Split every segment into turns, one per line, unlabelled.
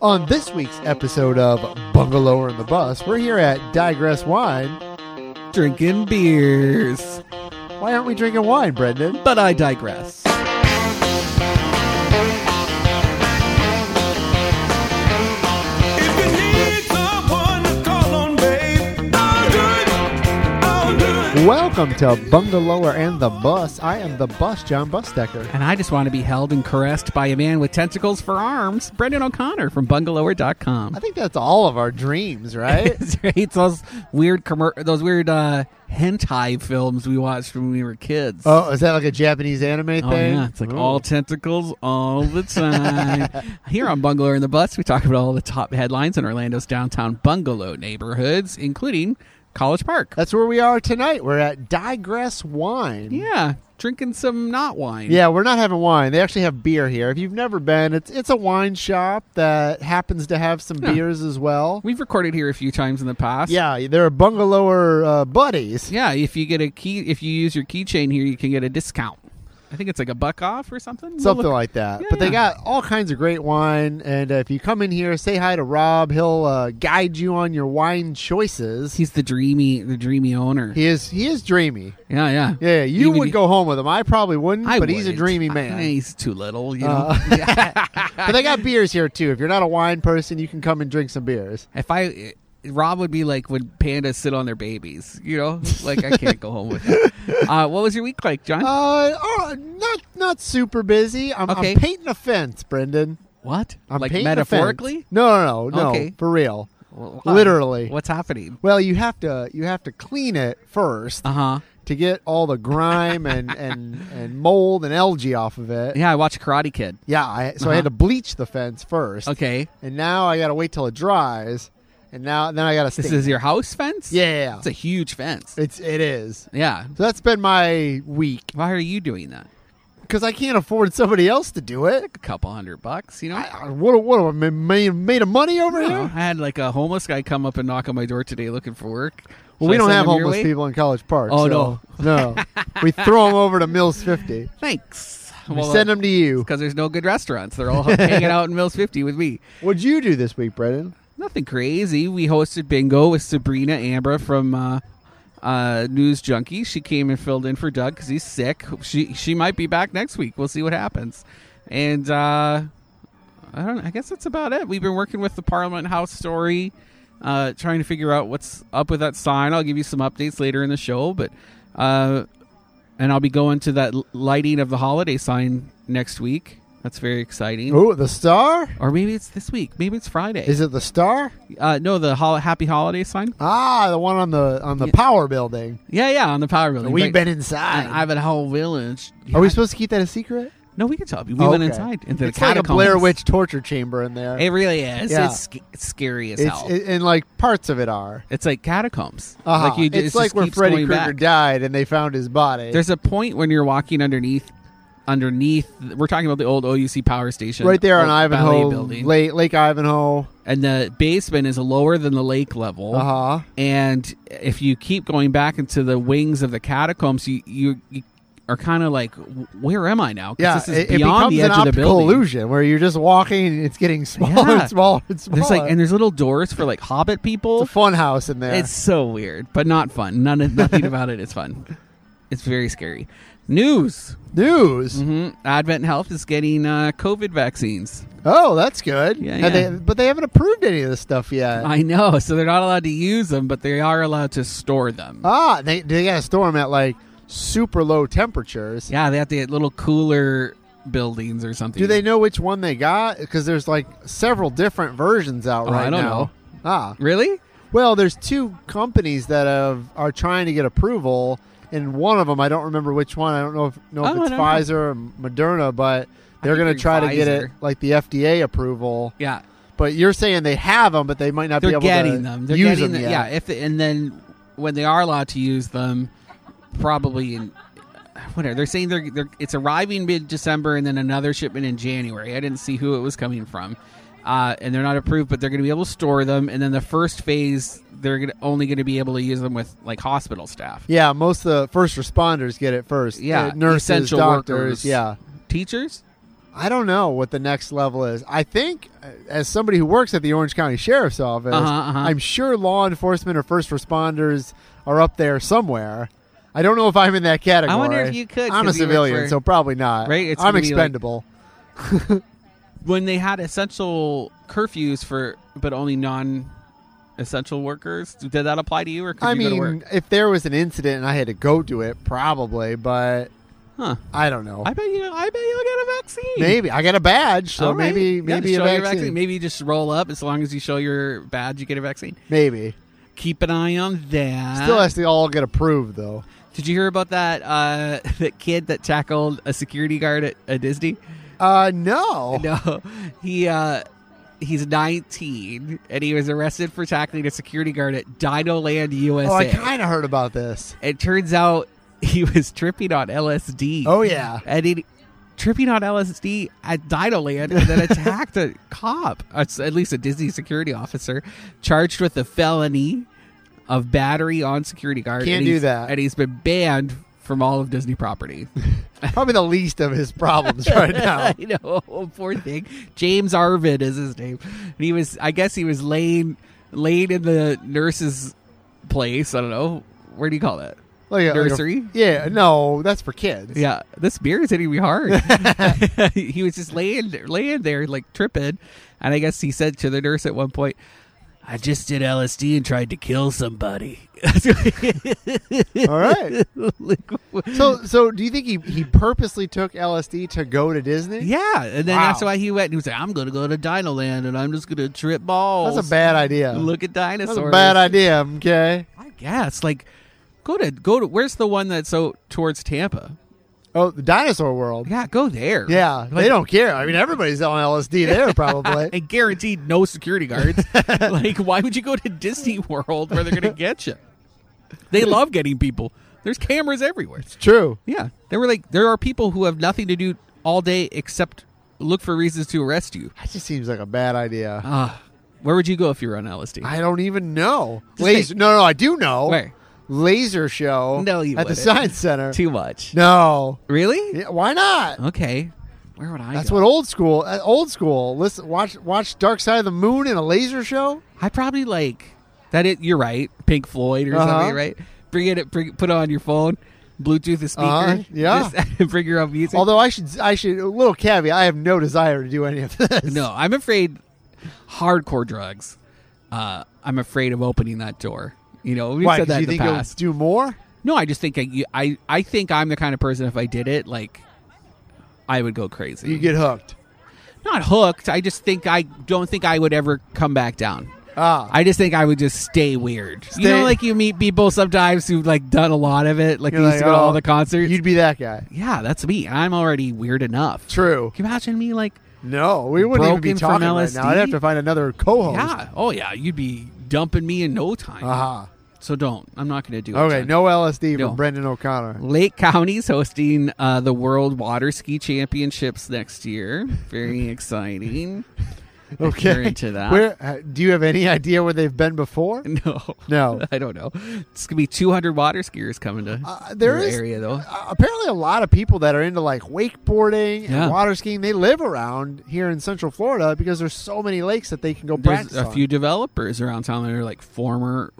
On this week's episode of Bungalower in the Bus, we're here at Digress Wine.
Drinking beers.
Why aren't we drinking wine, Brendan?
But I digress.
If you need someone to call on, babe, I'll do it. I'll do it.
Welcome to Bungalower and the Bus. I am the bus, John Busdecker.
And I just want to be held and caressed by a man with tentacles for arms, Brendan O'Connor from bungalower.com.
I think that's all of our dreams, right?
it's those weird commer- those weird uh, hentai films we watched when we were kids.
oh, is that like a Japanese anime
Oh,
thing?
yeah, it's like
Ooh.
all tentacles all the time. Here on Bungalow in the Bus, we talk about all the top headlines in Orlando's downtown bungalow neighborhoods, including College Park.
That's where we are tonight. We're at Digress Wine.
yeah, drinking some not wine.
Yeah, we're not having wine. They actually have beer here. If you've never been, it's it's a wine shop that happens to have some
Yeah.
beers as well.
We've recorded here a few times in the past.
Yeah, they're bungalower uh, buddies.
Yeah, if you get a key, if you use your keychain here, you can get a discount. I think it's like a buck off or something. We'll
Something
look-
like that.
Yeah,
but they
yeah.
got all kinds of great wine. And uh, if you come in here, say hi to Rob. He'll uh, guide you on your wine choices.
He's the dreamy, the dreamy owner.
he is he is dreamy.
yeah, yeah,
Yeah, you
Even
would
if-
go home with him. I probably wouldn't,
I
but he's a
wouldn't.
dreamy
I-
man.
he's too little, you know.
Uh, but they got beers here too. If you're not a wine person, you can come and drink some beers.
If I, Rob would be like when pandas sit on their babies, you know, like I can't go home with that. Uh, what was your week like, John?
Uh, oh, not not super busy. I'm,
Okay.
I'm painting a fence, Brendan.
what?
I'm
like
painting a fence.
metaphorically?
No, no, no, no.
Okay.
For real.
Why?
Literally.
What's happening?
Well, you have to you have to clean it first
Uh huh.
to get all the grime and, and, and mold and algae off of it.
Yeah, I watched Karate Kid.
Yeah, I, so I had
Uh-huh.
to bleach the fence first.
Okay,
And now I got to wait till it dries. And now then I got to
this
stay.
is your house fence.
yeah, yeah, yeah.
it's a huge fence.
It's it is.
Yeah.
So that's been my week
Why are you doing that?
because I can't afford somebody else to do it.
A couple hundred bucks, you know.
I, I, what what am I made, made of money over
I
here?
don't know. I had like a homeless guy come up and knock on my door today looking for work.
Well,
Should
we
I
don't
send
have
him your
homeless
way?
people in College Park.
Oh,
so- no, we throw them over to Mills Fifty.
Thanks.
We send them to you.
because there's no good restaurants. They're all hanging out in Mills 50 with me.
What'd you do this week, Brendan?
Nothing crazy. We hosted bingo with Sabrina Ambra from uh, uh, News Junkie. She came and filled in for Doug because he's sick. She she might be back next week. We'll see what happens. And uh, I don't. I guess that's about it. We've been working with the Parliament House story, uh, trying to figure out what's up with that sign. I'll give you some updates later in the show, but uh, and I'll be going to that l- lighting of the holiday sign next week. That's very exciting.
Oh, the star?
Or maybe it's this week. Maybe it's Friday.
Is it the star?
Uh, no, the hol- happy holiday sign.
Ah, the one on the on the power building.
Yeah, yeah, on the power building.
We've
Right.
been
And
inside.
I've been whole village.
Are we
Yeah.
supposed to keep that a secret?
No, we can tell. you. We
Oh,
went
okay.
inside into the
it's like a
catacombs.
Blair Witch torture chamber in there.
It really is.
Yeah.
It's, sc- it's scary as
it's
hell.
it, and like parts of it are.
it's like catacombs.
Uh-huh.
Like you,
it's,
ju- it just
like where
keeps
Freddy
going
Krueger
back.
died and they found his body.
There's a point when you're walking underneath. Underneath, we're talking about the old OUC power station,
right there on
old ballet
Ivanhoe
building,
Lake, Lake Ivanhoe.
and the basement is lower than the lake level.
Uh huh.
and if you keep going back into the wings of the catacombs, you you, you are kind of like, where am I now? 'Cause
Yeah,
this is
it, it
beyond
becomes
the
an
edge of the
optical
building.
illusion where you're just walking and it's getting smaller
Yeah.
and smaller and smaller.
There's like, and there's little doors for like hobbit people.
it's a fun house in there.
It's so weird, but not fun. None of nothing about it is fun. It's very scary. News:
News.
hmm Advent Health is getting uh, COVID vaccines.
Oh, that's good.
Yeah,
And
yeah.
They, but they haven't approved any of this stuff yet.
I know, so they're not allowed to use them, but they are allowed to store them.
ah, they they got to store them at like super low temperatures.
yeah, they have to get little cooler buildings or something.
Do they know which one they got? Because there's like several different versions out
Oh,
right
I don't
now.
know.
Ah,
really?
well, there's two companies that have, are trying to get approval, and one of them I don't remember which one. I don't know if know
Oh,
if
I
it's
don't know.
Pfizer or Moderna, but they're going
think
to
they're
try to get it
Pfizer.
like the FDA approval.
Yeah.
But you're saying they have them, but they might not be
they're
able to
getting them. They're
use
getting
them yet.
the- yeah. If and then when they are allowed to use them, probably in whatever they're saying they're, they're it's arriving mid December and then another shipment in January. I didn't see who it was coming from, uh, and they're not approved, but they're going to be able to store them. And then the first phase, they're gonna, only going to be able to use them with like hospital staff,
Yeah, most of the first responders get it first.
Yeah,
Uh, nurses,
essential
doctors.
workers.
Yeah,
teachers.
I don't know what the next level is. I think, uh, as somebody who works at the Orange County Sheriff's Office,
Uh-huh, uh-huh.
I'm sure law enforcement or first responders are up there somewhere. I don't know if I'm in that category.
if you could,
I'm a
'cause you work
civilian,
for-
so probably not.
Right? It's
I'm
gonna be like-
expendable.
when they had essential curfews for but only non essential workers did that apply to you or could
I
you go to work
mean, if there was an incident and I had to go to it, probably, but
huh
I don't know.
i bet you i bet you'll get a vaccine
maybe I got a badge, so
All right.
maybe
Yeah,
maybe
show
a
your
vaccine.
maybe you just roll up as long as you show your badge you get a vaccine
Maybe.
keep an eye on that
Still has to all get approved though.
did you hear about that uh that kid that tackled a security guard at, at disney
Uh no.
No, he uh, he's 19 and he was arrested for tackling a security guard at Dino Land, USA.
Oh, I kind of heard about this.
it turns out he was tripping on LSD.
Oh yeah.
and he tripping on LSD at Dino Land and then attacked a cop, at at least a Disney security officer, charged with a felony of battery on security guard.
Can't
and
do
he's-
that.
and he's been banned from all of Disney property.
Probably the least of his problems right now.
I know, Oh, poor thing. James Arvin is his name, and he was. I guess he was laying laying in the nurse's place. I don't know. Where do you call that?
Like a- like a-
Nursery?
yeah, no, that's for kids.
Yeah, this beer is hitting me hard. he was just laying laying there, like tripping, and I guess he said to the nurse at one point. I just did LSD and tried to kill somebody.
All right.
Like,
So so do you think he he purposely took LSD to go to Disney?
Yeah, and then
Wow.
that's why he went. He was like, "I'm going to go to Dino Land, and I'm just going to trip balls.
That's a bad idea.
look at dinosaurs.
that's a bad idea, okay?
I guess like go to go to where's the one that's so towards Tampa?
Oh, the dinosaur world.
Yeah, go there.
Yeah,
Like,
they don't care. I mean, everybody's on LSD there probably.
And guaranteed no security guards. like, why would you go to Disney World where they're going to get you? They love getting people. There's cameras everywhere.
True.
Yeah, they were like, there are people who have nothing to do all day except look for reasons to arrest you.
That just seems like a bad idea.
Ah, where would you go if you were on LSD?
I don't even know.
Just
Laser?
think-
No, no, I do know.
Where?
Laser show?
No, you
at the
wouldn't.
science center.
Too much.
no,
Really?
yeah, why not?
Okay. Where would I?
That's
go?
what old school. Uh, old school. Listen, watch, watch Dark Side of the Moon in a laser show.
I probably like that. It you're right, Pink Floyd or
Uh-huh.
something, right? Bring it, bring, put it on your phone, Bluetooth a speaker,
Uh-huh, yeah.
just bring your own music.
Although I should, I should. A little caveat: I have no desire to do any of this.
no, I'm afraid hardcore drugs. Uh, I'm afraid of opening that door. You know, we've
Why? 'Cause
said that
you
in the
think you'll
past.
do more?
No, I just think I, you- I, I think I'm the kind of person if I did it, like, I would go crazy.
You get hooked.
Not hooked. I just think I don't think I would ever come back down.
Ah,
I just think I would just stay weird. You
Stay-
know, like you meet people sometimes who've like done a lot of it. Like
You're
they used
like,
to go to
oh,
all the concerts.
you'd be that guy.
yeah, that's me. I'm already weird enough.
True.
Can you imagine me like?
No, we wouldn't even be
Broken from
talking right now. I'd
LSD?
have to find another co-host.
Yeah. Oh yeah. You'd be dumping me in no time.
Uh-huh.
So don't. I'm not going to do it.
Okay,
John.
no LSD
No.
from Brendan O'Connor.
Lake County's hosting uh, the World Water Ski Championships next year. Very exciting.
Okay.
you're into that.
Where uh, do you have any idea where they've been before?
No.
No.
I don't know. It's gonna be 200 water skiers coming to
Uh, there
your
is-
area though.
Uh, apparently, a lot of people that are into like wakeboarding
Yeah.
and water skiing, they live around here in Central Florida because there's so many lakes that they can go
there's
practice.
a
on.
few developers around town that are like former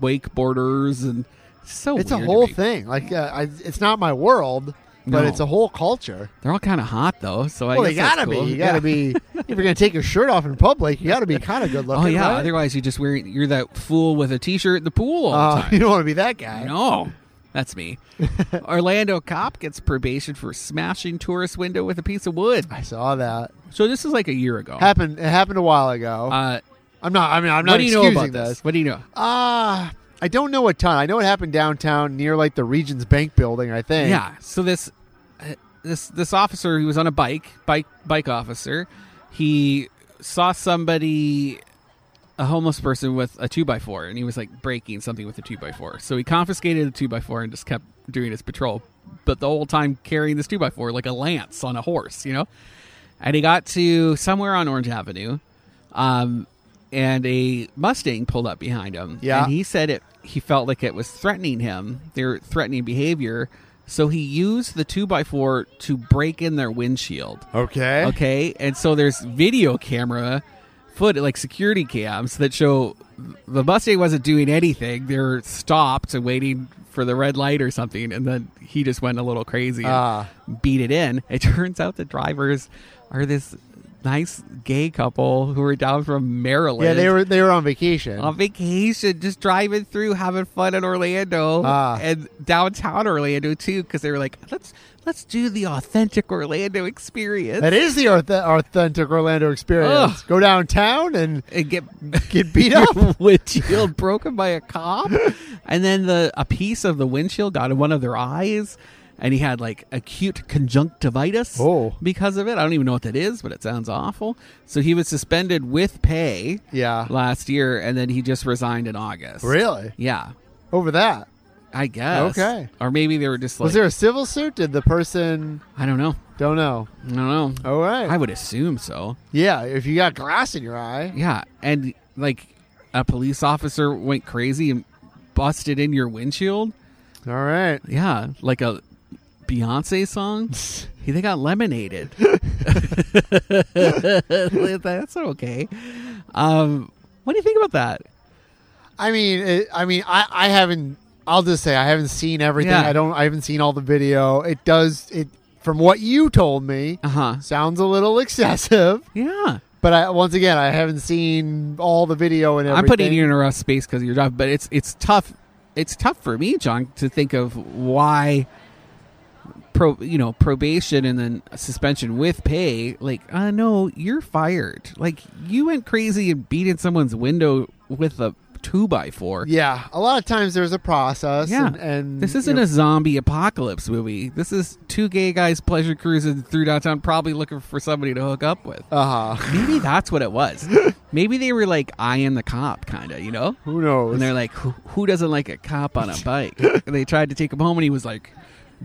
wakeboarders and so
It's a
weird to
whole
me.
thing. Like, uh, I, it's not my world, but
No.
it's a whole culture.
They're all kind of hot though, so I
well, you
guess that's
gotta
cool.
be. You gotta
Yeah.
be. If you're gonna take your shirt off in public, you gotta be kind of good looking.
Oh yeah,
right?
otherwise you just wearing you're that fool with a t-shirt in the pool all
Uh,
the
you
time.
don't want to be that guy.
No, that's me. Orlando cop gets probation for smashing tourist window with a piece of wood.
I saw that
So this is like a year ago.
happened. It happened a while ago.
Oh. Uh,
I'm not. I mean, I'm
what
not
do you know
excusing
about this?
this.
What do you know?
Ah, I don't know a ton. I know it happened downtown near like the Regions Bank building. I think.
Yeah. So this uh, this this officer who was on a bike, bike bike officer, he saw somebody a homeless person with a two by four and he was like breaking something with a two by four. So he confiscated the two by four and just kept doing his patrol, but the whole time carrying this two by four like a lance on a horse, you know? And he got to somewhere on Orange Avenue. Um and a Mustang pulled up behind him.
Yeah.
And he said it he felt like it was threatening him. They were threatening behavior So he used the two by four to break in their windshield.
Okay.
Okay, and so there's video camera foot like security cams that show the Mustang wasn't doing anything. They were stopped and waiting for the red light or something, and then he just went a little crazy and
Ah.
beat it in. It turns out the drivers are this nice gay couple who were down from Maryland.
Yeah, they were they were on vacation.
on vacation, just driving through, having fun in Orlando
Ah.
and downtown Orlando too, because they were like, let's let's do the authentic Orlando experience.
that is the orth- authentic Orlando experience.
Ugh.
Go downtown and
and get
Get beat up.
your windshield broken by a cop, and then the a piece of the windshield got in one of their eyes, and he had like acute conjunctivitis.
Oh.
because of it, I don't even know what that is, but it sounds awful. So he was suspended with pay.
Yeah.
last year, and then he just resigned in August.
really
Yeah,
over that.
I guess.
Okay.
or maybe they were just like
Was there a civil suit? Did the person?
I don't know,
Don't know.
I don't know.
All right.
I would assume so.
yeah, if you got glass in your eye.
Yeah, and like a police officer went crazy and busted in your windshield.
All right.
Yeah, like a Beyonce song. He- they got lemonaded. That's okay. Um, what do you think about that?
I mean, it, I mean, I, I haven't. I'll just say I haven't seen everything.
Yeah.
I don't. I haven't seen all the video. It does. It from what you told me
Uh huh.
sounds a little excessive.
Yeah,
But I, once again, I haven't seen all the video and everything.
I'm putting you in a rough space because of your job, but it's it's tough. It's tough for me, John, to think of why. Pro, you know, probation and then suspension with pay. Like, uh, no, you're fired. Like, you went crazy and beat in someone's window with a two by four.
Yeah, a lot of times there's a process. and, and
this isn't
you
a
know,
zombie apocalypse movie. This is two gay guys pleasure cruising through downtown, probably looking for somebody to hook up with.
uh-huh.
Maybe that's what it was. Maybe they were like, "I am the cop," kind of, you know.
Who knows?
And they're like, who, "Who doesn't like a cop on a bike?" and they tried to take him home, and he was like,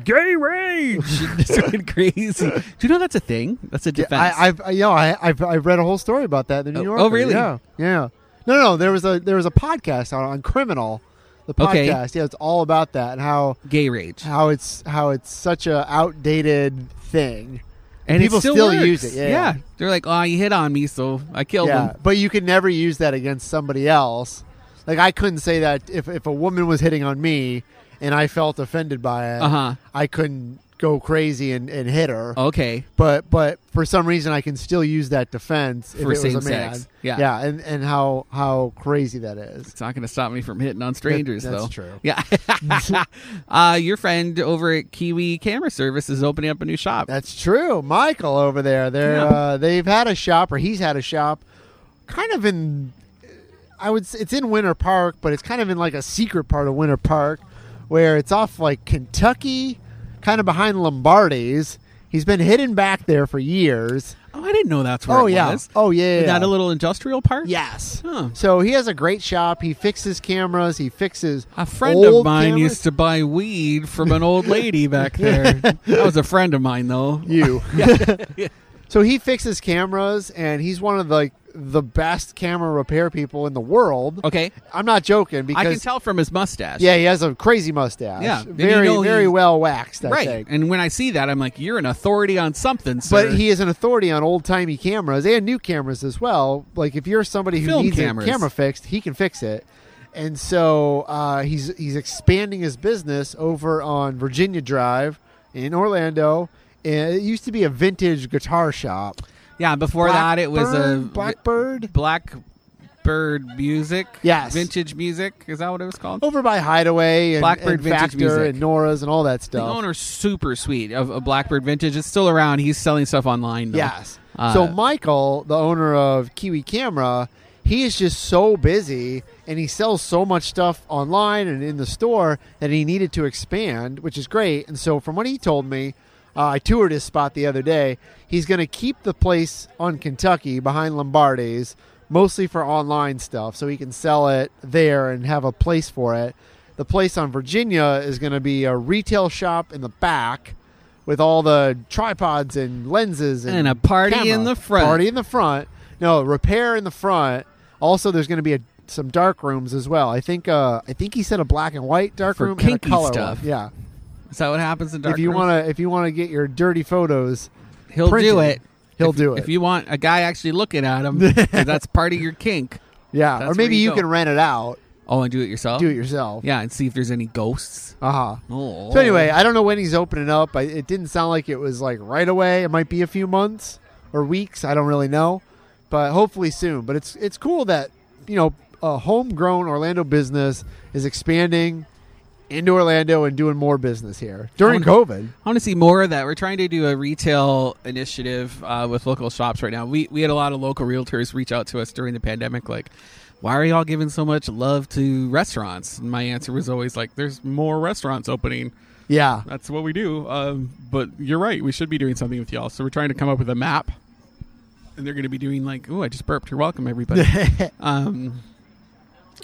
"Gay rage!" Just went crazy. Do you know that's a thing? That's a defense.
I, I've you know I, I've I've read a whole story about that in the New
Oh,
York.
oh, really?
Yeah, yeah. No, no, no. There was a there was a podcast on, on criminal, the
Okay.
podcast. Yeah, it's all about that and how
gay rage,
how it's how it's such a outdated thing.
and
people
it still,
still
works.
use it, yeah.
they're like, "Oh, you hit on me, so I killed
yeah,
him."
but you can never use that against somebody else. Like I couldn't say that if if a woman was hitting on me and I felt offended by it,
Uh-huh.
I couldn't go crazy and, and hit her.
Okay.
but but for some reason I can still use that defense if
For
it was a man.
same-sex. Yeah.
yeah, and and how how crazy that is.
It's not going to stop me from hitting on strangers,
That- that's
though.
true.
Yeah. uh, your friend over at Kiwi Camera Service is opening up a new shop.
That's true. Michael over there, they
Yeah.
are uh, they've had a shop or he's had a shop, kind of in, I would say it's in Winter Park, but it's kind of in like a secret part of Winter Park, where it's off like Kentucky, kind of behind Lombardi's. He's been hidden back there for years.
oh, I didn't know that's where
oh
it
yeah.
was.
Oh yeah.
Is that
yeah.
a little industrial park?
Yes.
Huh.
So he has a great shop. He fixes cameras. He fixes
A friend of
old
mine
cameras.
used to buy weed from an old lady back there. that was a friend of mine, though.
you. so he fixes cameras, and he's one of the, like the best camera repair people in the world.
Okay.
I'm not joking because
Oh. I can tell from his mustache.
yeah, he has a crazy mustache.
Yeah, and you
very
know
very
he-
well waxed. I
Right.
think.
And when I see that, I'm like, you're an authority on something, sir.
But he is an authority on old timey cameras and new cameras as well. Like if you're somebody who
Film
needs
cameras.
a camera fixed, he can fix it. And so uh, he's he's expanding his business over on Virginia Drive in Orlando. And it used to be a vintage guitar shop.
yeah, before that, it was a
Blackbird- Blackbird
Blackbird music.
Yes. Oh,
Vintage music. Is that what it was called?
over by Hideaway and,
Blackbird
and
Vintage
Factor
Music.
and Nora's and all that
The
stuff.
owner's super sweet of, of Blackbird Vintage. It's still around. He's selling stuff online. Though.
Yes.
Uh,
so Michael, the owner of Kiwi Camera, he is just so busy and he sells so much stuff online and in the store that he needed to expand, which is great. And so from what he told me, uh, I toured his spot the other day. He's going to keep the place on Kentucky behind Lombardi's, mostly for online stuff, so he can sell it there and have a place for it. The place on Virginia is going to be a retail shop in the back with all the tripods and lenses
And a party
camera.
in the front.
Party in the front. No repair in the front. Also, there's going to be a, some dark rooms as well. I think. Uh, I think he said a black and white dark
For
room and a
kinky
color
stuff.
one. Yeah.
Is that what happens in dark?
if you
rooms?
want to, if you want to get your dirty photos,
he'll do
printed,
it.
He'll
if,
do it.
If you want a guy actually looking at him, 'cause that's part of your kink.
yeah,
that's
or
where
maybe
you
you
go.
can rent it out,
Oh, and do it yourself.
do it yourself.
Yeah, and see if there's any ghosts.
Uh huh.
Oh.
So anyway, I don't know when he's opening up. I, it didn't sound like it was like right away. It might be a few months or weeks. I don't really know, but hopefully soon. But it's it's cool that you know a homegrown Orlando business is expanding into Orlando and doing more business here during
Oh,
COVID.
I want to see more of that. We're trying to do a retail initiative uh, with local shops right now. We we had a lot of local realtors reach out to us during the pandemic, like, why are y'all giving so much love to restaurants? And my answer was always like, there's more restaurants opening.
Yeah,
That's what we do. Um, but you're right. We should be doing something with y'all. So we're trying to come up with a map. And they're going to be doing like, oh, I just burped. You're welcome, everybody. um,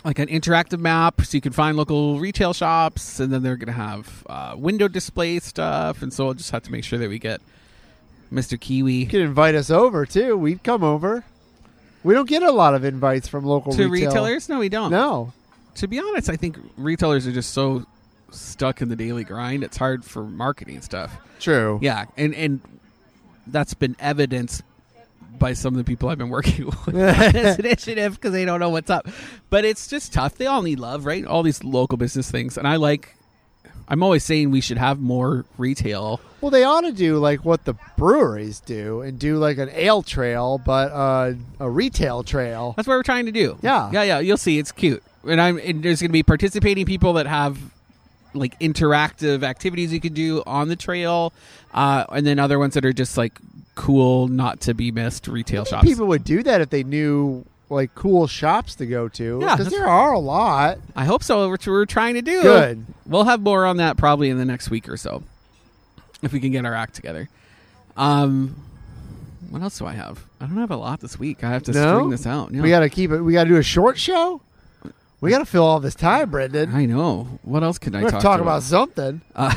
like an interactive map so you can find local retail shops. And then they're going to have uh, window display stuff. And so I'll just have to make sure that we get Mr. Kiwi
you could invite us over too. We'd come over. We don't get a lot of invites from local
to
retail-
retailers. No, we don't.
No.
To be honest, I think retailers are just so stuck in the daily grind. It's hard for marketing stuff.
True.
Yeah, and and that's been evidenced by some of the people I've been working with on this initiative because they don't know what's up. But it's just tough. They all need love, right? All these local business things, and I like. I'm always saying we should have more retail.
Well, they ought to do like what the breweries do and do like an ale trail, but uh, a retail trail.
That's what we're trying to do.
Yeah.
yeah, yeah. You'll see, it's cute, and I'm and there's going to be participating people that have like interactive activities you can do on the trail, uh, and then other ones that are just like cool, not to be missed retail shops.
People would do that if they knew like cool shops to go to.
Yeah,
because
that's-
there are a lot.
I hope so. Which we're trying to do.
Good.
We'll have more on that probably in the next week or so, if we can get our act together. Um, what else do I have? I don't have a lot this week. I have to
No?
string this out. No.
We got to keep it. We got to do a short show. We got to fill all this time, Brendan.
I know. What else can I
We have
talk,
to talk
to
about something.
Uh,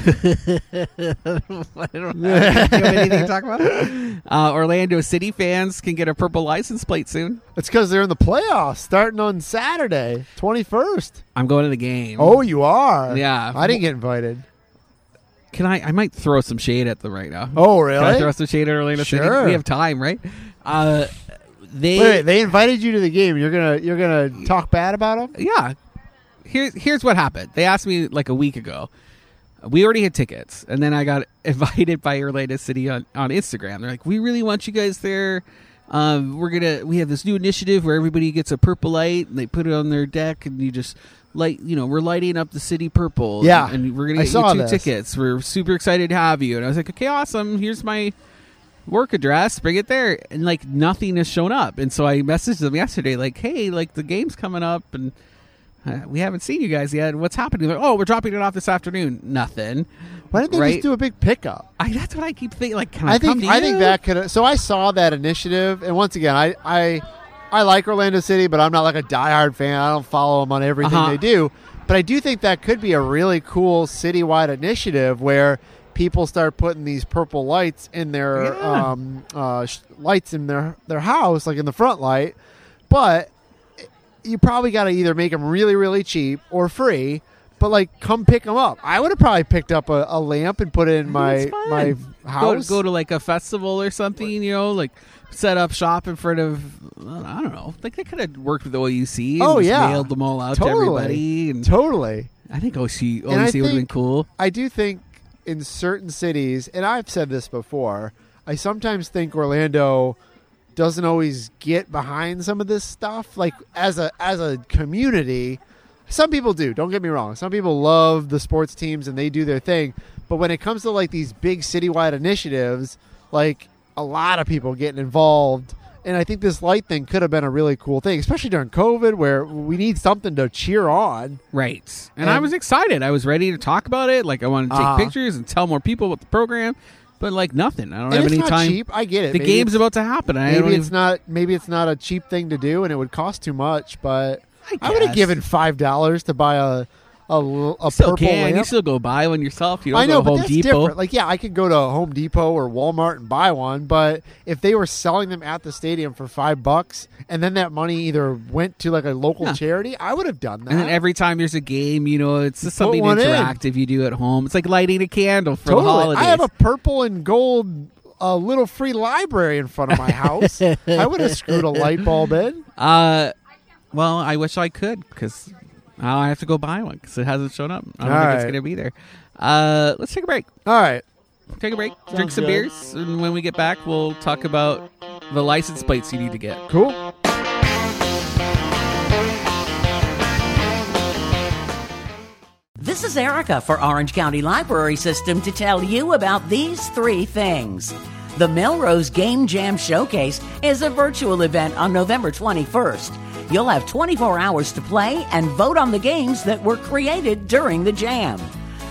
I don't have anything to talk about. Uh, Orlando City fans can get a purple license plate soon.
It's because they're in the playoffs, starting on Saturday, twenty first.
I'm going to the game.
Oh, you are.
Mm. Yeah.
I didn't get invited.
can I? I might throw some shade at them right now.
Oh,
Can I
really?
throw
Wait,
some shade at Orlando City?
Sure.
We have time, right? Uh, they,
wait, they invited you to the game. You're gonna you're gonna talk bad about them?
yeah. Here's here's what happened. They asked me like a week ago. We already had tickets, and then I got invited by Orlando City on, on Instagram. They're like, "We really want you guys there. Um, we're gonna we have this new initiative where everybody gets a purple light, and they put it on their deck, and you just light. You know, we're lighting up the city purple.
Yeah,
and, and we're gonna
I
get you
saw
two
this.
tickets. We're super excited to have you." And I was like, "Okay, awesome. Here's my work address, bring it there. And like nothing has shown up. And so I messaged them yesterday, like, hey, like the game's coming up and uh, we haven't seen you guys yet. What's happening? Like, oh, we're dropping it off this afternoon. Nothing.
Why didn't they
Right?
just do a big pickup?
I, that's what I keep thinking. Like, can I,
I think
come to
I
you?
think that could. So I saw that initiative, and once again, I I I like Orlando City, but I'm not like a diehard fan. I don't follow them on everything
Uh-huh.
they do. But I do think that could be a really cool citywide initiative where people start putting these purple lights in their
Yeah.
um, uh, sh- lights in their their house, like in the front light. But you probably got to either make them really really cheap or free. But like, come pick them up. I would have probably picked up a, a lamp and put it in my
It's fun.
my
Go,
house.
go to like a festival or something, you know, like set up shop in front of, uh, I don't know. Like they could have worked with OUC. And
Oh,
just
yeah.
Mailed them all out to
Totally.
everybody. And
Totally.
I think OC,
I
OUC would have been
think-
cool.
I do think in certain cities, and I've said this before, I sometimes think Orlando doesn't always get behind some of this stuff. Like as a as a community, some people do, don't get me wrong. Some people love the sports teams and they do their thing. But when it comes to like these big citywide initiatives, like a lot of people getting involved and I think this light thing could have been a really cool thing, especially during COVID where we need something to cheer on.
Right. And,
And-
I was excited. I was ready to talk about it. Like I wanted to take
Uh-huh.
pictures and tell more people about the program, but like nothing. I don't
And
have
it's
any
not
time.
cheap. I get it.
The
Maybe
game's about to happen. I don't
maybe it's
even,
not maybe it's not a cheap thing to do and it would cost too much but
I
i, would have
guess.
given five dollars to buy a a, l- a
Still
purple
can. You
lamp.
still go buy one yourself. You don't
I know,
go to
but
Home
that's
Depot.
different. Like, yeah, I could go to Home Depot or Walmart and buy one, but if they were selling them at the stadium for five bucks, and then that money either went to like a local
Yeah.
charity, I would have done that.
And then every time there's a game, you know, it's just something
one in.
interactive you do at home. It's like lighting a candle for the
totally,
holidays.
I have a purple and gold uh, little free library in front of my house. I would have screwed a light bulb in.
uh, well, I wish I could because I have to go buy one because it hasn't shown up. I don't
All
think it's
right.
going to be there. Uh, let's take a break.
All right,
Take a break. drink some
good.
beers, and when we get back, we'll talk about the license plates you need to get.
cool.
This is Erica for Orange County Library System to tell you about these three things. The Melrose Game Jam Showcase is a virtual event on November 21st. You'll have 24 hours to play and vote on the games that were created during the jam.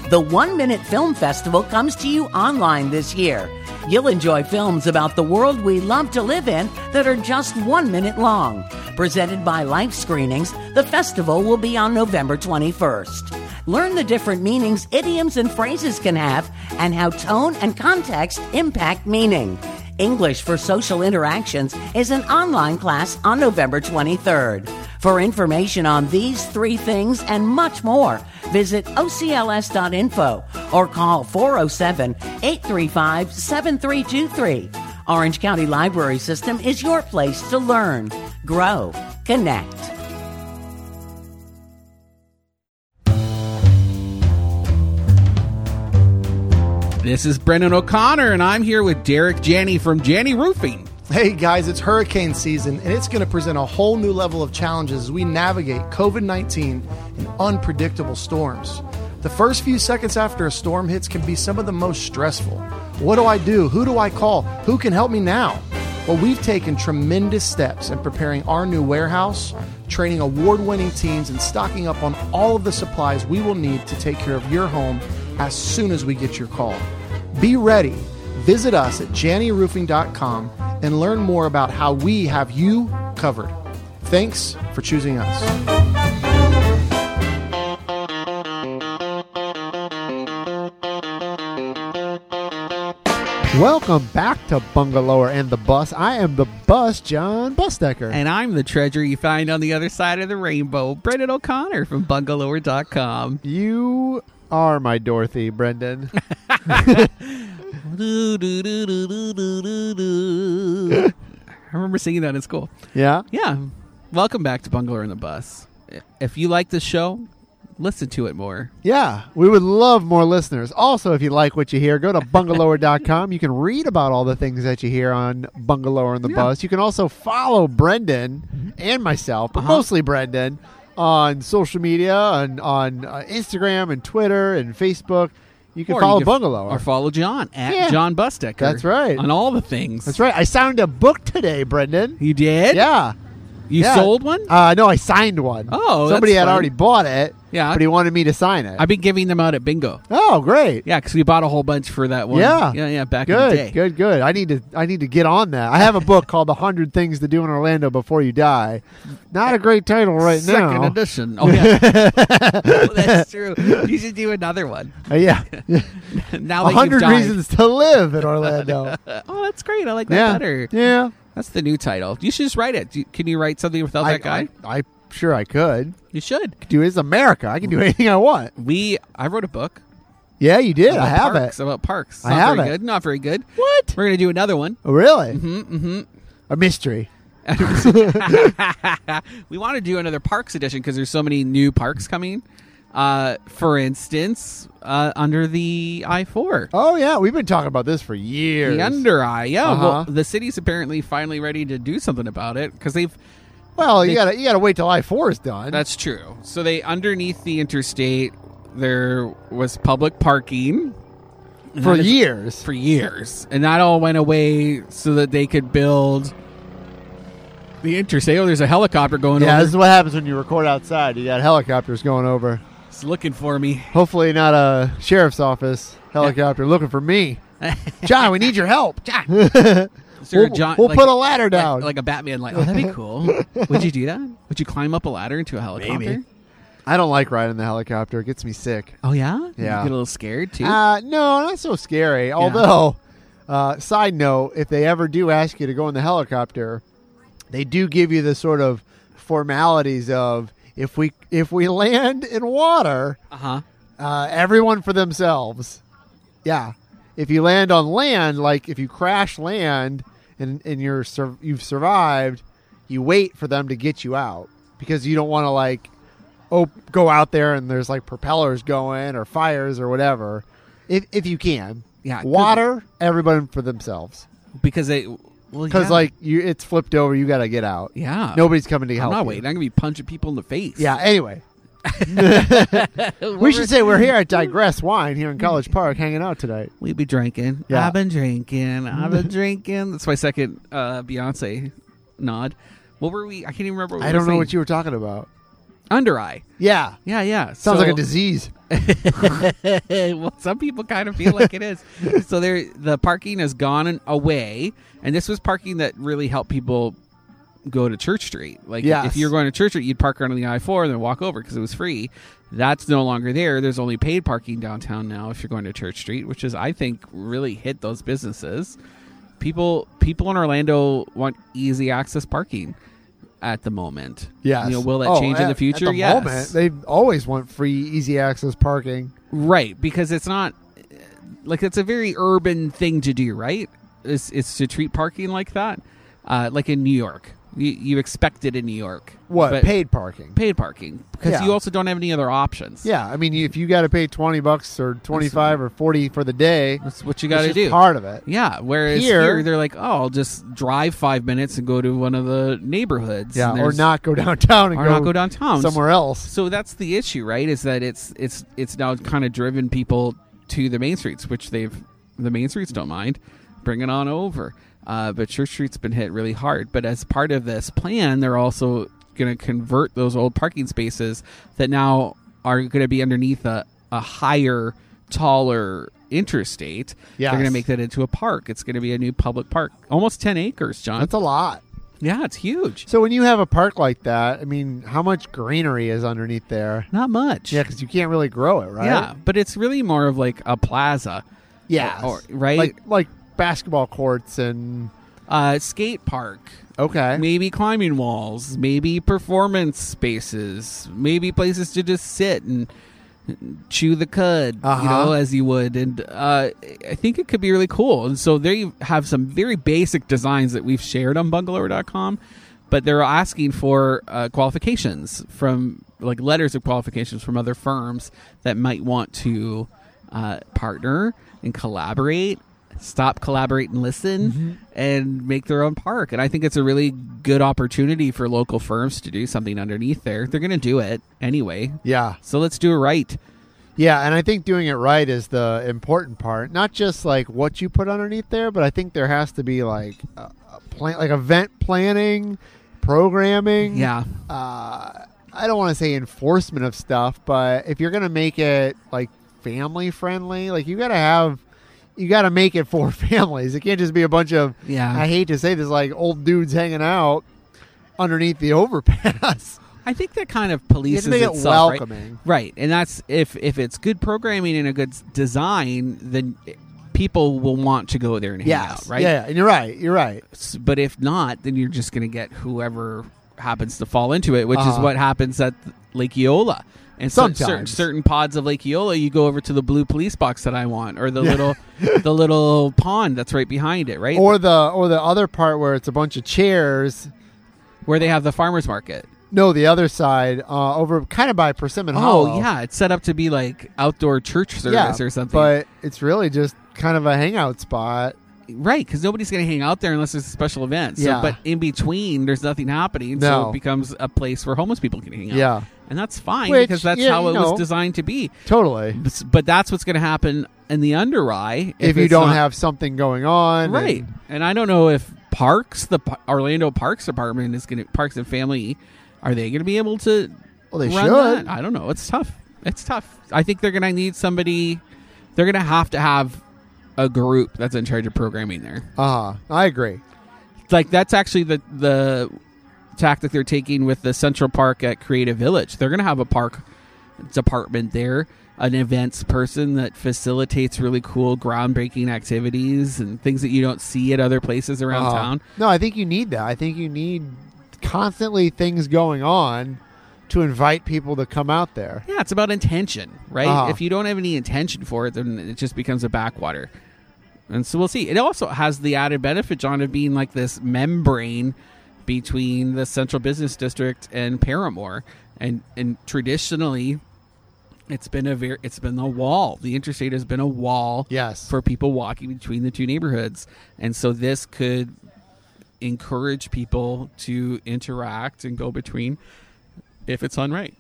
The One Minute Film Festival comes to you online this year. You'll enjoy films about the world we love to live in that are just one minute long. Presented by Life Screenings, the festival will be on November 21st. Learn the different meanings idioms and phrases can have and how tone and context impact meaning. English for Social Interactions is an online class on November 23rd. For information on these three things and much more, visit ocls.info or call 407 835 7323. Orange County Library System is your place to learn, grow, connect.
This is Brendan O'Connor, and I'm here with Derek Janney from Janney Roofing.
Hey guys, it's hurricane season, and it's going to present a whole new level of challenges as we navigate COVID 19 and unpredictable storms. The first few seconds after a storm hits can be some of the most stressful. What do I do? Who do I call? Who can help me now? Well, we've taken tremendous steps in preparing our new warehouse, training award winning teams, and stocking up on all of the supplies we will need to take care of your home as soon as we get your call. Be ready. Visit us at jannyroofing.com and learn more about how we have you covered. Thanks for choosing us.
Welcome back to Bungalower and the Bus. I am the Bus, John Busdecker.
And I'm the treasure you find on the other side of the rainbow, Brendan O'Connor from bungalower.com.
you are my Dorothy, Brendan.
I remember singing that in school.
yeah.
Yeah. Welcome back to Bungalower in the Bus. If you like this show, listen to it more.
Yeah, we would love more listeners. Also, if you like what you hear, go to bungalower.com. You can read about all the things that you hear on Bungalower and the
Yeah. Mm-hmm.
Bus. You can also follow Brendan and myself, but
Uh-huh.
mostly Brendan, on social media, on, on uh, Instagram and Twitter and Facebook. You can
Or
follow
you can-
Bungalower.
Or follow John at
Yeah.
John Bustecker.
That's right.
On all the things.
That's right. I signed a book today, Brendan.
You did?
Yeah.
You
yeah.
sold one?
Uh, no, I signed one.
Oh,
somebody
that's
had
fun.
already bought it.
Yeah.
but he wanted me to sign it.
I've been giving them out at bingo.
oh, great.
Yeah, because we bought a whole bunch for that one.
Yeah.
Yeah, yeah, back in
good,
the day.
good, good. I need to, I need to get on that. I have a book called "The Hundred Things to Do in Orlando Before You Die." Not a great title right
Second
now.
edition. Oh, yeah. Oh, that's true. You should do another one.
Uh, yeah,
Now that
a
you've
hundred
died.
reasons to live in Orlando.
Oh, that's great. I like that
yeah,
better.
yeah.
That's the new title. You should just write it. Do- Can you write something without that guy?
I, I, I sure I could.
you should.
Could do is America. I can do anything I want.
We. I wrote a book.
Yeah, you did.
About
I have
parks,
it.
About parks.
I
Not
have
very
it.
good. Not very good.
What?
We're gonna do another one.
Oh, really? Mm-hmm, A mystery.
We want to do another parks edition because there's so many new parks coming. Uh, for instance, uh, under the I four.
Oh yeah, we've been talking about this for years.
The under eye, yeah. Well,
Uh-huh.
the city's apparently finally ready to do something about it because they've
well, you gotta you gotta wait till I four is done.
That's true. So they underneath the interstate there was public parking
for years.
for years, and that all went away so that they could build the interstate. Oh, there's a helicopter going
yeah,
over.
this is what happens when you record outside. You got helicopters going over.
It's looking for me.
Hopefully, not a sheriff's office helicopter looking for me. John, we need your help. John,
Is there a
we'll,
John-
we'll
like-
put a ladder down.
Like, like a Batman, like, oh, that'd be cool. Would you do that? Would you climb up a ladder into a helicopter?
I don't like riding the helicopter. It gets me sick.
Oh yeah,
Yeah.
You get a little scared too.
Uh, no, not so scary. Although, uh, side note, if they ever do ask you to go in the helicopter, they do give you the sort of formalities of if we if we land in water,
Uh huh.
uh, everyone for themselves. Yeah, if you land on land, like if you crash land and and you're sur- you've survived, you wait for them to get you out because you don't want to like oh go out there and there's like propellers going or fires or whatever. If if you can,
Yeah, good-
water everyone for themselves
Because they, well,
because
yeah.
like you it's flipped over, you got to get out.
yeah,
nobody's coming to
I'm
help.
not
you.
waiting. I'm gonna be punching people in the face.
Yeah. Anyway. we should say we're here at Digress Wine here in College Park hanging out tonight.
we be drinking.
Yeah.
I've been drinking. I've been drinking. That's my second uh, Beyonce nod. What were we? I can't even remember. What
I don't know what you were talking about.
under eye.
Yeah.
Yeah, yeah.
Sounds
So-
like a disease.
well, some people kind of feel like it is. So there, the parking has gone and- away, and this was parking that really helped people go to Church Street. Like,
Yes.
if you're going to Church Street, you'd park around on the I four and then walk over because it was free. That's no longer there. There's only paid parking downtown now if you're going to Church Street, which is, I think, really hit those businesses. People, people in Orlando want easy access parking at the moment.
Yes.
you know, will that
Oh,
change
at-
in the future?
At the
yes,
moment, they always want free, easy access parking.
Right, because it's not like it's a very urban thing to do, right? It's, it's to treat parking like that, uh, like in New York. You, you expect it in New York.
What
but
paid parking?
paid parking because
Yeah.
you also don't have any other options.
yeah, I mean, if you got to pay twenty bucks or twenty five or forty for the day,
that's what you got to
it's just
do.
part of it.
Yeah. Whereas
Here-
here, they're like, oh, I'll just drive five minutes and go to one of the neighborhoods.
Yeah,
and
or
there's-
not go downtown and
or
go,
not go downtown
somewhere else.
So that's the issue, right? Is that it's it's it's now kind of driven people to the main streets, which they've the main streets don't mind bringing on over. Uh, but Church Street's been hit really hard. But as part of this plan, they're also going to convert those old parking spaces that now are going to be underneath a, a higher, taller interstate.
Yes.
They're going to make that into a park. It's going to be a new public park, almost ten acres, John.
That's a lot.
yeah, it's huge.
So when you have a park like that, I mean, how much greenery is underneath there?
Not much.
Yeah, because you can't really grow it, right?
Yeah, but it's really more of like a plaza.
Yeah.
Or- right?
Like like basketball courts and
Uh, skate park,
okay.
maybe climbing walls, maybe performance spaces, maybe places to just sit and chew the cud, you
Uh-huh.
know, as you would. And uh, I think it could be really cool. And so there you have some very basic designs that we've shared on bungalow.com, but they're asking for uh, qualifications from like letters of qualifications from other firms that might want to uh, partner and collaborate. Stop, collaborate, and listen, and make their own park. And I think it's a really good opportunity for local firms to do something underneath there. They're going to do it anyway.
yeah.
So let's do it right.
Yeah, and I think doing it right is the important part. Not just like what you put underneath there, but I think there has to be like a, a plan, like event planning, programming.
Yeah.
Uh, I don't want to say enforcement of stuff, but if you're gonna make it like family friendly, like you gotta have, you gotta make it for families. It can't just be a bunch of
Yeah.
I hate to say this, like old dudes hanging out underneath the overpass.
I think that kind of
You have
polices
to make it
itself, right?
welcoming.
Right, and that's if if it's good programming and a good s- design, then people will want to go there and hang
Yes.
out, right?
Yeah, and you're right. You're right.
S- But if not, then you're just going to get whoever happens to fall into it, which is
Uh-huh.
what happens at th- Lake Eola. And cer- certain
Sometimes.
certain pods of Lake Eola, you go over to the blue police box that I want, or the little the little pond that's right behind it, right,
or the or the other part where it's a bunch of chairs.
where they have the farmers market.
No, the other side uh, over kind of by Persimmon Hollow.
Oh yeah, it's set up to be like outdoor church service
Yeah,
or something.
But it's really just kind of a hangout spot.
Right, because nobody's going to hang out there unless there's a special event. So,
Yeah.
But in between, there's nothing happening,
No.
so it becomes a place where homeless people can hang out.
Yeah.
and that's fine
Which,
because that's
yeah,
how
you
it
know.
was designed to be.
Totally.
But, but that's what's going to happen in the under eye
If, you
it's
don't
not-
have something going on,
right.
and-
And I don't know if Parks, the P- Orlando Parks Department, is going to Parks and Family, are they going to be able to?
Well, they
run
should.
That? I don't know. It's tough. It's tough. I think they're going to need somebody. They're going to have to have a group that's in charge of programming there.
Uh huh. I agree.
like that's actually the the tactic they're taking with the Central Park at Creative Village. They're going to have a park department there, an events person that facilitates really cool, groundbreaking activities and things that you don't see at other places around
Uh,
town.
No, I think you need that. I think you need constantly things going on to invite people to come out there.
Yeah, it's about intention, right?
Uh-huh.
If you don't have any intention for it, then it just becomes a backwater. And so we'll see. It also has the added benefit, John, of being like this membrane between the central business district and Paramore. And and traditionally it's been a very it's been a wall. The interstate has been a wall
Yes.
for people walking between the two neighborhoods. And so this could encourage people to interact and go between if it's on right.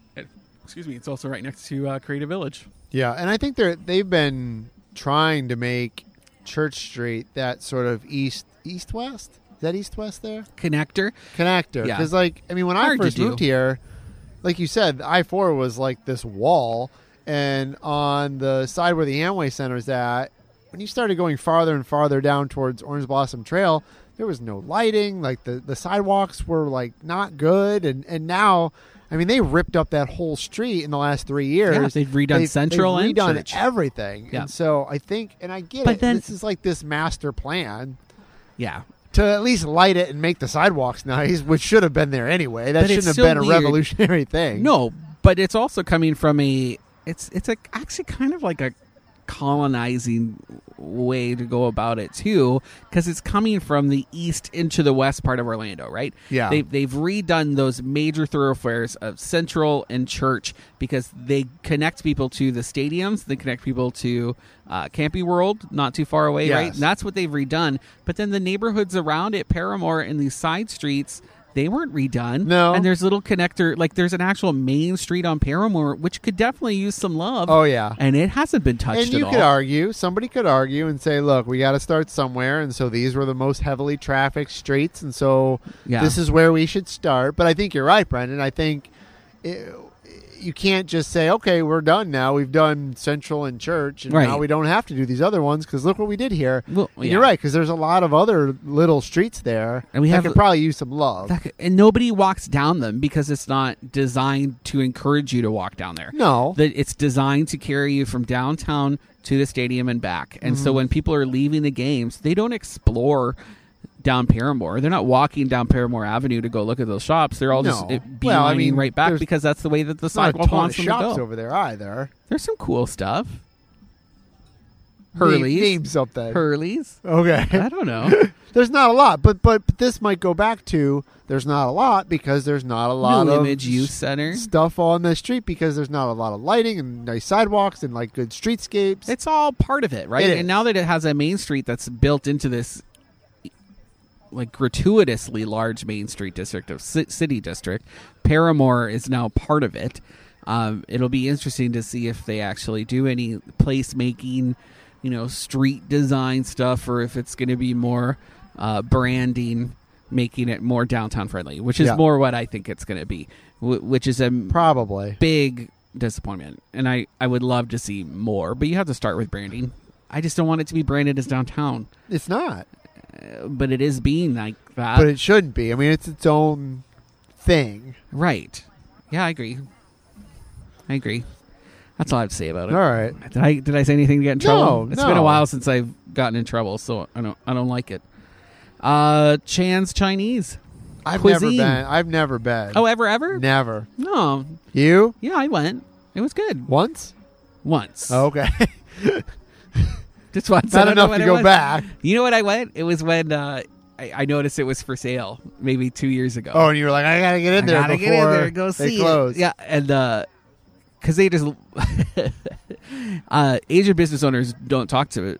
Excuse me, it's also right next to uh, Creative Village.
Yeah, and I think they're they've been trying to make Church Street that sort of east east west. Is that east west there?
Connector.
Connector.
Yeah.
Because like I mean, when
Hard
I
to
first
do.
moved here, like you said, I four was like this wall, and on the side where the Amway Center is at, when you started going farther and farther down towards Orange Blossom Trail, there was no lighting. Like the the sidewalks were like not good, and and now. I mean, they ripped up that whole street in the last three years.
they've redone Central
they've
and
redone
Church.
everything.
Yeah.
And so I think, and I get
But
it.
then-
this is like this master plan
Yeah.
to at least light it and make the sidewalks nice, which should have been there anyway. That
But it's
shouldn't have
still
been a
weird.
revolutionary thing.
No, but it's also coming from a it's it's a, actually kind of like a colonizing way to go about it too because it's coming from the east into the west part of Orlando, right?
Yeah.
They they've redone those major thoroughfares of Central and Church because they connect people to the stadiums, they connect people to uh, Campy World, not too far away, right?
Yes.
And that's what they've redone. But then the neighborhoods around it, Paramore and these side streets, they weren't redone.
No.
And there's little connector, like there's an actual main street on Paramore, which could definitely use some love.
Oh, yeah.
And it hasn't been touched
And you
at
could
all.
argue, somebody could argue and say, look, we got to start somewhere. And so these were the most heavily trafficked streets. And so
Yeah.
this is where we should start. But I think you're right, Brendan. I think it, you can't just say, okay, we're done now. We've done Central and Church. And
Right.
now we don't have to do these other ones because look what we did here.
Well,
And
yeah.
You're right, because there's a lot of other little streets there
And we
that
have-
could probably use some love.
That could- and nobody walks down them because it's not designed to encourage you to walk down there.
no.
That it's designed to carry you from downtown to the stadium and back. And
Mm-hmm.
so when people are leaving the games, they don't explore down Paramore. They're not walking down Paramore Avenue to go look at those shops. They're all just
No.
uh, beelining
Well, I mean,
right back
there's-
because that's the way that the
It's not a
sidewalk
ton of
wants them to
shops
go.
over there either.
There's some cool stuff.
Name,
Hurley's.
name something.
Hurley's. I
okay.
don't know.
there's not a lot, but, but but this might go back to there's not a lot because there's not a lot
New
of
Image Youth Center.
stuff on the street because there's not a lot of lighting and nice sidewalks and like good streetscapes.
It's all part of it, right?
It is.
and now that it has a main street that's built into this like gratuitously large main street district of ci- city district, Paramore is now part of it. Um, it'll be interesting to see if they actually do any placemaking, you know, street design stuff, or if it's going to be more uh, branding, making it more downtown friendly, which is
Yeah.
more what I think it's going to be, wh- which is a
Probably.
big disappointment and I, I would love to see more but you have to start with branding i just don't want it to be branded as downtown
It's not.
Uh, but it is being like that
But it shouldn't be. I mean it's its own thing.
right yeah i agree i agree that's all i have to say about it
All right.
did i did i say anything to get in
No,
trouble It's been
no.
a while since i've gotten in trouble so i don't i don't like it uh chan's chinese
I've
Cuisine.
never been I've never been.
oh ever ever
never.
no
You?
yeah i went it was good
Once?
once
Okay.
Just once. I
not
don't know
enough
when
to
it
go
was.
back.
You know what I went? It was when uh, I, I noticed it was for sale, maybe two years ago.
Oh, and you were like, I gotta get in
I
there
gotta
before
get in there and go
they
see
close.
it. Yeah, and uh 'cause because they just uh, Asian business owners don't talk to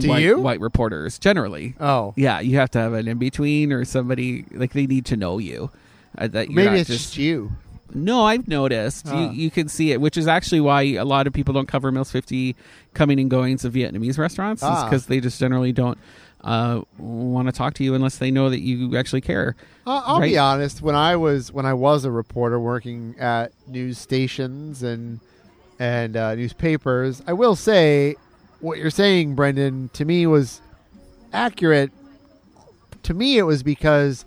To
white,
you?
white reporters generally.
Oh,
yeah, you have to have an in between or somebody like they need to know you. Uh, that you're
maybe
not
it's just, you.
No, I've noticed.
Ah.
You, you can see it, which is actually why a lot of people don't cover Mills 50 coming and goings of Vietnamese restaurants,
Ah.
because they just generally don't uh, want to talk to you unless they know that you actually care.
I- I'll be
Right.
honest. When I was when I was a reporter working at news stations and and uh, newspapers, I will say what you're saying, Brendan, to me was accurate. To me, it was because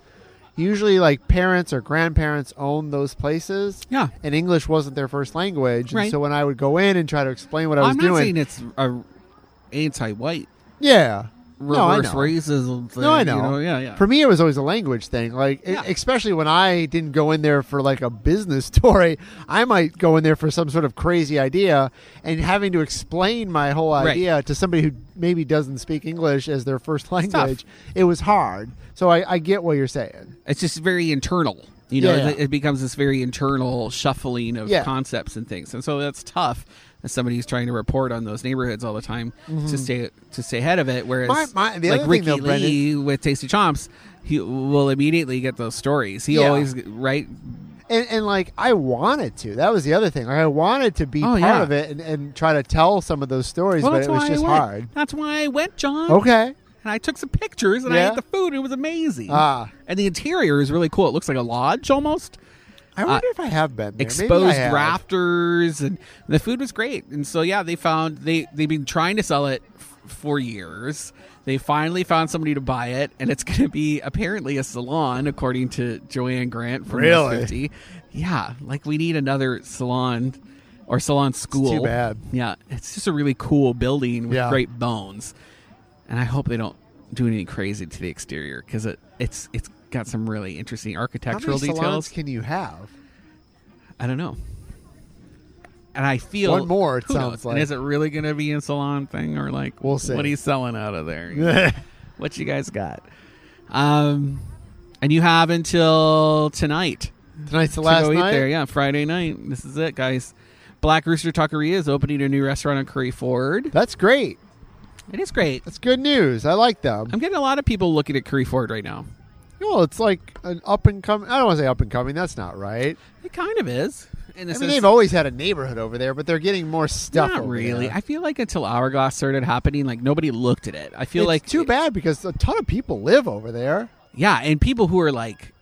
usually like parents or grandparents own those places.
Yeah.
And English wasn't their first language. And
Right.
so when I would go in and try to explain what I was
I'm not
doing.
saying it's a anti-white
yeah.
reverse
no, I know.
racism. Thing,
No, I
you
know.
Yeah, yeah.
For me, it was always a language thing. Like, e-
Yeah.
especially when I didn't go in there for like a business story, I might go in there for some sort of crazy idea, and having to explain my whole
Right.
idea to somebody who maybe doesn't speak English as their first
tough.
language, it was hard. So I, I get what you're saying.
it's just very internal. You know,
Yeah.
it, it becomes this very internal shuffling of
Yeah.
concepts and things, and so that's tough. As somebody who's trying to report on those neighborhoods all the time to stay to stay ahead of it, whereas
Mm-hmm. My- my- the
like
other thing,
Ricky
though,
Lee with Tasty Chomps, he will immediately get those stories. He
Yeah.
always right
and, and like I wanted to. That was the other thing. Like I wanted to be
Oh,
part
yeah.
of it and, and try to tell some of those stories,
Well,
but
that's
it was
why I
just
went.
hard.
That's why I went, John.
Okay.
And I took some pictures and I
Yeah?
ate the food. It was amazing.
Ah.
And the interior is really cool. It looks like a lodge almost.
I wonder if I have been there. Maybe I
Exposed
have.
rafters and the food was great. And so yeah, they found they they've been trying to sell it f- for years. They finally found somebody to buy it, and it's going to be apparently a salon, according to Joanne Grant from Miss
Really?
50. Yeah, like we need another salon or salon school.
bad.
Yeah, it's just a really cool building with
Yeah.
great bones, and I hope they don't do anything crazy to the exterior because it, it's it's got some really interesting
How many
architectural
salons
details.
can you have?
I don't know. And I feel
One more, it
who
sounds
knows?
like.
And is it really going to be a salon thing or like
We'll see.
what he's selling out of there? what you guys got? Um, and you have until tonight
Tonight's the
to
last
go
night.
eat there. Yeah, Friday night. This is it, guys. Black Rooster Taqueria is opening a new restaurant on Curry Ford.
That's great.
It is great.
That's good news. I like them.
I'm getting a lot of people looking at Curry Ford right now.
Well, it's like an up and coming. I don't want to say up and coming. That's not right.
It kind of is. And
I mean, they've always had a neighborhood over there, but they're getting more stuff.
not
over
really.
there.
I feel like until Hourglass started happening, like nobody looked at it. I feel
It's
like
too
it-
bad because a ton of people live over there.
Yeah, and people who are like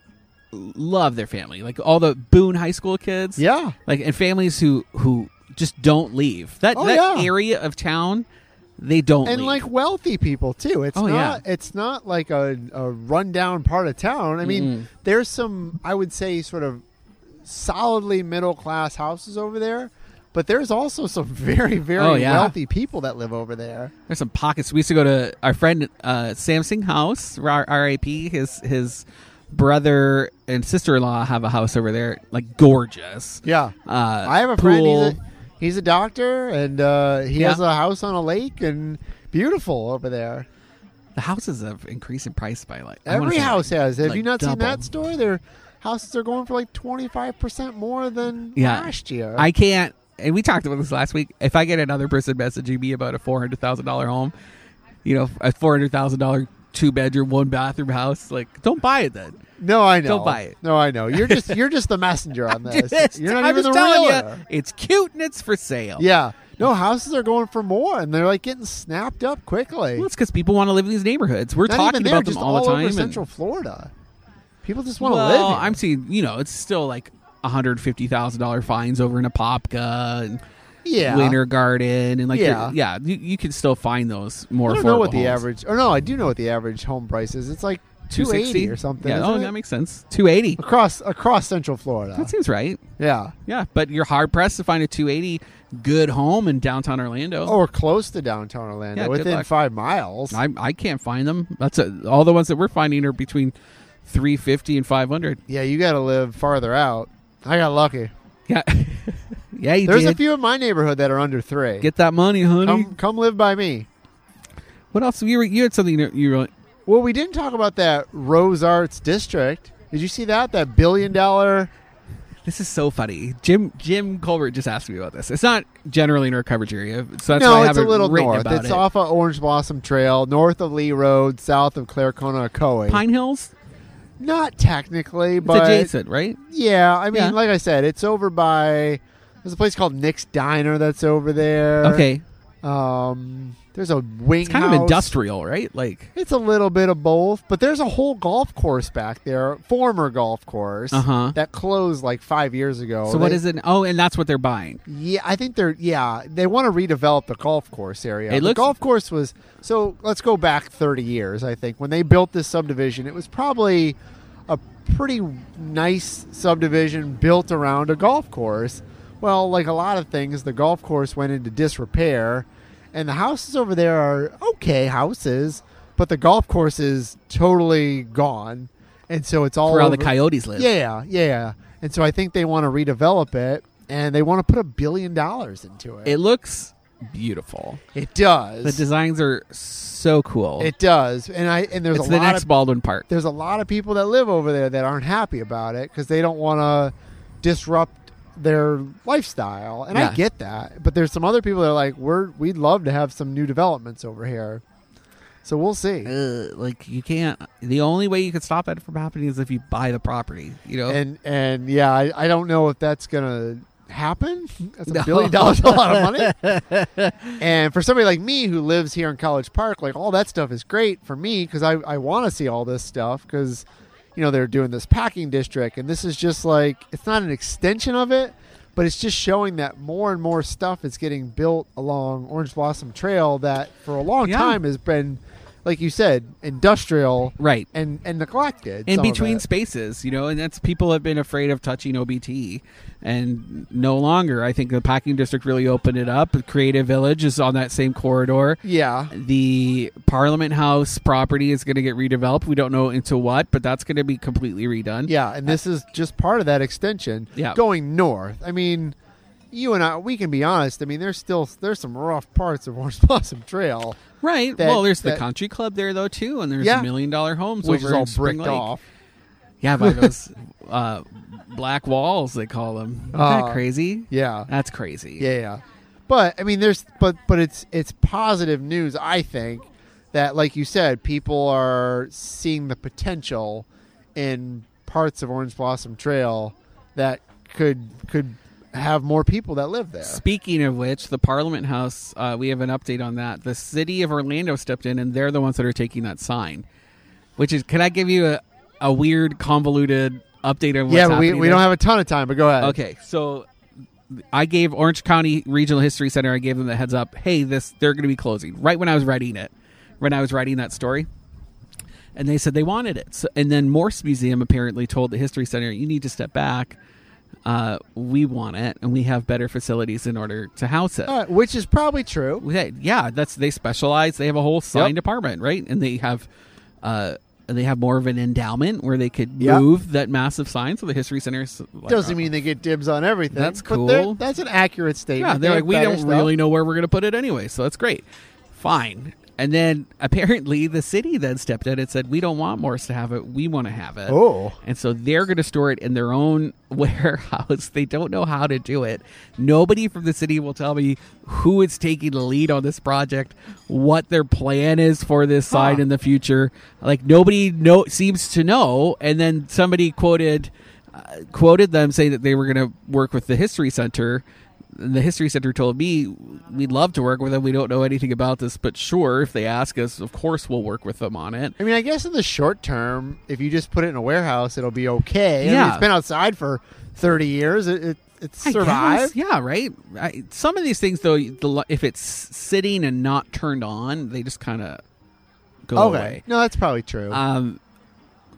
love their family, like all the Boone High School kids.
Yeah.
like and families who who just don't leave that
Oh,
that
yeah.
area of town. They don't
and
leave.
like wealthy people too. It's
Oh,
not it's not like a, a rundown part of town. I mean, there's some I would say sort of solidly middle class houses over there, but there's also some very very
Oh, yeah.
wealthy people that live over there.
There's some pockets. We used to go to our friend uh, Samsing House, R- R.I.P. His his brother and sister in law have a house over there, like gorgeous.
Yeah,
Uh,
I have a
pool.
friend. He's a, he's a doctor, and uh, he
Yeah.
has a house on a lake and beautiful over there.
the houses have increased in price by like I wanna
Every
say,
house
like-
has. Have
like
you not seen
double.
that story? Their houses are going for like twenty five percent more than
Yeah.
last year.
I can't. And we talked about this last week. If I get another person messaging me about a four hundred thousand dollar home, you know, a four hundred thousand dollar two bedroom, one bathroom house, like don't buy it then.
No, I know.
Don't buy it.
No, I know. You're just you're just the messenger on this.
Just-
You're not
I'm
even
just
the
telling
realtor.
you, it's cute and it's for sale.
Yeah. No, houses are going for more, and they're like getting snapped up quickly.
Well, it's because people want to live in these neighborhoods. We're
not
talking
even there,
about them
just
all, the time.
over
and-
Central Florida. People just want to
well,
live. Here.
I'm seeing, you know, it's still like hundred fifty thousand dollar fines over in Apopka and
yeah.
Winter Garden, and like
Yeah.
you're- yeah, you, you can still find those more.
I don't
affordable
know what the
homes.
average. Or no, I do know what the average home price is. It's like two
260?
eighty or something.
Yeah,
isn't
oh,
it?
that makes sense. Two eighty.
across across Central Florida.
That seems right.
yeah,
Yeah, but you're hard pressed to find a 280 good home in downtown Orlando.
or Oh, close to downtown Orlando,
Yeah, good
within
luck.
five miles.
I, I can't find them. That's a, all the ones that we're finding are between 350 and 500.
yeah, you got to live farther out. I got lucky.
Yeah, yeah, you
There's
did.
a few Um, in my neighborhood that are under three.
Get that money, honey.
come, come live by me.
what else? You were, you had something that you were.
Well, we didn't talk about that Rose Arts district. Did you see that? That billion dollar.
This is so funny. Jim Jim Colbert just asked me about this. It's not generally in our coverage area, so that's why
no,
I
it's a
haven't
little
written
north.
about
It's
it.
off of Orange Blossom Trail, north of Lee Road, south of Claricona Coe.
Pine Hills.
Not technically,
It's
but
adjacent, right?
yeah. I mean,
Yeah.
like I said, it's over by. There's a place called Nick's Diner that's over there.
Okay,
Um, there's a wing.
it's kind of industrial, right? Like,
It's a little bit of both, but there's a whole golf course back there, former golf course
Uh-huh.
that closed like five years ago.
so what
They-
is it? Oh, and that's what they're buying.
Yeah, I think they're yeah they want to redevelop the golf course area.
It
the
looks-
golf course was so. Let's go back thirty years. I think when they built this subdivision, it was probably a pretty nice subdivision built around a golf course. Well, like a lot of things, the golf course went into disrepair, and the houses over there are okay houses, but the golf course is totally gone, and so it's all
where all the
over-
coyotes live.
Oh, yeah, yeah. And so I think they want to redevelop it and they want to put a billion dollars into it.
It looks beautiful.
It does.
The designs are so cool.
it does. And I and there's
it's
a
the
lot
next
of
Baldwin Park.
there's a lot of people that live over there that aren't happy about it cuz they don't want to disrupt their lifestyle. And
Yeah.
I get that. But there's some other people that are like we're we'd love to have some new developments over here. So we'll see.
Uh, like you can't. The only way you could stop that from happening is if you buy the property. You know,
And and yeah, I, I don't know if that's gonna happen. That's a
No.
billion dollars, a lot of money. and for somebody like me who lives here in College Park, like all that stuff is great for me because I I want to see all this stuff because you know they're doing this packing district and this is just like it's not an extension of it. But it's just showing that more and more stuff is getting built along Orange Blossom Trail that for a long
Yeah.
time has been, like you said, industrial
right.
and, and neglected.
in
some of
between
it.
spaces, you know, and that's people have been afraid of touching OBT, and no longer. I think the packing district really opened it up. Creative Village is on that same corridor.
Yeah.
The Parliament House property is going to get redeveloped. We don't know into what, but that's going to be completely redone.
Yeah, and this is just part of that extension.
Yeah.
Going north. I mean, you and I we can be honest. I mean, there's still there's some rough parts of Orange Blossom Trail,
Right.
That-
well, there's the
that-
country club there though too, and there's
Yeah.
a million dollar homes
which
over
is all
in Spring
bricked
Lake.
off.
Yeah, by those uh, black walls they call them. Isn't
Uh,
that crazy?
Yeah.
That's crazy.
Yeah, yeah. But I mean, there's but but it's it's positive news. I think that, like you said, people are seeing the potential in parts of Orange Blossom Trail that could could have more people that live there.
Speaking of which, the Parliament House, uh, we have an update on that. The city of Orlando stepped in, and they're the ones that are taking that sign. Which is, can I give you a, a weird, convoluted update on what's
yeah, but we,
happening
we
there?
don't have a ton of time, but go ahead.
Okay, so I gave Orange County Regional History Center. I gave them the heads up. Hey, this they're going to be closing. Right when I was writing it, when I was writing that story, and they said they wanted it. So, and then Morse Museum apparently told the History Center, "You need to step back. Uh, we want it, and we have better facilities in order to house it."
All right, Uh, which is probably true.
Yeah, yeah, that's they specialize. They have a whole sign
Yep.
department, right? And they have, uh, they have more of an endowment where they could
Yeah.
move that massive sign. So the History Center is like, uh,
Doesn't mean they get dibs on everything.
That's
but they're-
cool.
That's an accurate statement.
Yeah, they're
They
like, we
have
don't
better stuff.
really know where we're going to put it anyway, so that's great. Fine. And then apparently the city then stepped in and said, we don't want Morse to have it. We want to have it.
Oh.
And so they're going to store it in their own warehouse. They don't know how to do it. Nobody from the city will tell me who is taking the lead on this project, what their plan is for this sign in the future. Like nobody know, seems to know. And then somebody quoted uh, quoted them saying that they were going to work with the history center. And the history center told me we'd love to work with them. We don't know anything about this, but sure, if they ask us, of course we'll work with them on it.
I mean, I guess in the short term, if you just put it in a warehouse, it'll be okay. I mean,
Yeah.
it's been outside for thirty years. It it, it
I
survived.
guess, yeah, right. I, some of these things, though, the, li- if it's sitting and not turned on, they just kind of go
okay,
away.
no, that's probably true.
Um,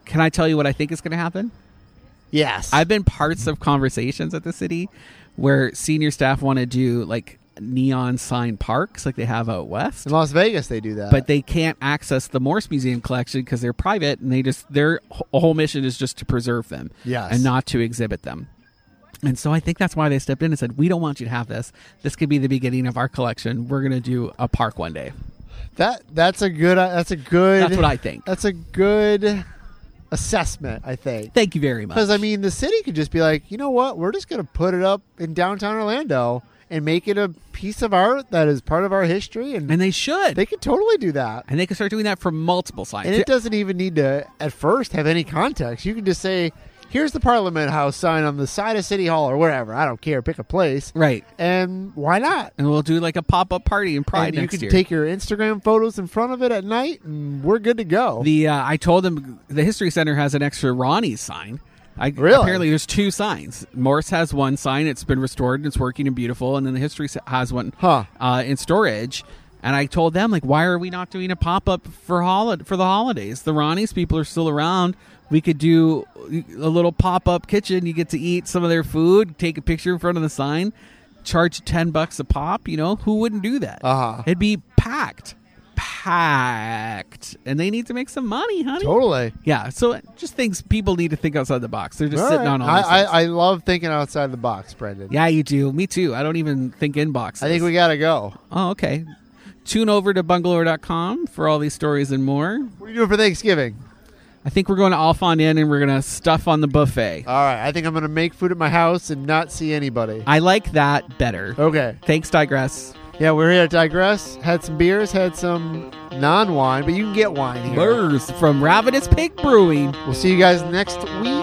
can I tell you what I think is going to happen?
yes,
I've been parts of conversations at the city where senior staff want to do like neon sign parks, like they have out west.
in Las Vegas they do that.
But they can't access the Morse Museum collection because they're private, and they just their wh- whole mission is just to preserve them,
Yes.
and not to exhibit them. And so I think that's why they stepped in and said, "We don't want you to have this. This could be the beginning of our collection. We're going to do a park one day."
that that's a good uh, that's a good
That's what I think.
that's a good assessment. I think
Thank you very much.
because I mean the city could just be like, you know what, we're just gonna put it up in downtown Orlando and make it a piece of art that is part of our history and
and they should,
They could totally do that.
and they could start doing that for multiple signs.
And it doesn't even need to, at first, have any context. You can just say, here's the Parliament House sign on the side of City Hall or wherever. I don't care. Pick a place.
right?
And why not?
And we'll do like a pop up party in Pride
And you
next
can
year.
take your Instagram photos in front of it at night, and we're good to go.
The uh, I told them the History Center has an extra Ronnie sign. I,
Really?
Apparently, there's two signs. Morse has one sign; it's been restored and it's working and beautiful. And then the History Se- has one
Huh.
uh, in storage. And I told them like, why are we not doing a pop up for holi- for the holidays? The Ronnie's people are still around. We could do a little pop up kitchen. You get to eat some of their food, take a picture in front of the sign, charge ten bucks a pop. You know who wouldn't do that?
Uh-huh.
It'd be packed, packed, and they need to make some money, honey.
Totally.
Yeah, so just things people need to think outside the box. They're just
All
sitting
right.
on all.
I,
these things.
I, I love thinking outside the box, Brendan.
yeah, you do. Me too. I don't even think in boxes.
I think we got to go.
Oh, okay. Tune over to bungalow.com for all these stories and more.
What are you doing for Thanksgiving?
I think we're going to Alphon Inn and we're going to stuff on the buffet.
All right. I think I'm going to make food at my house and not see anybody.
I like that better.
Okay.
Thanks, digress.
Yeah, we're here to digress. Had some beers, had some non wine, but you can get wine here.
Burrs from Ravenous Pig Brewing.
We'll see you guys next week.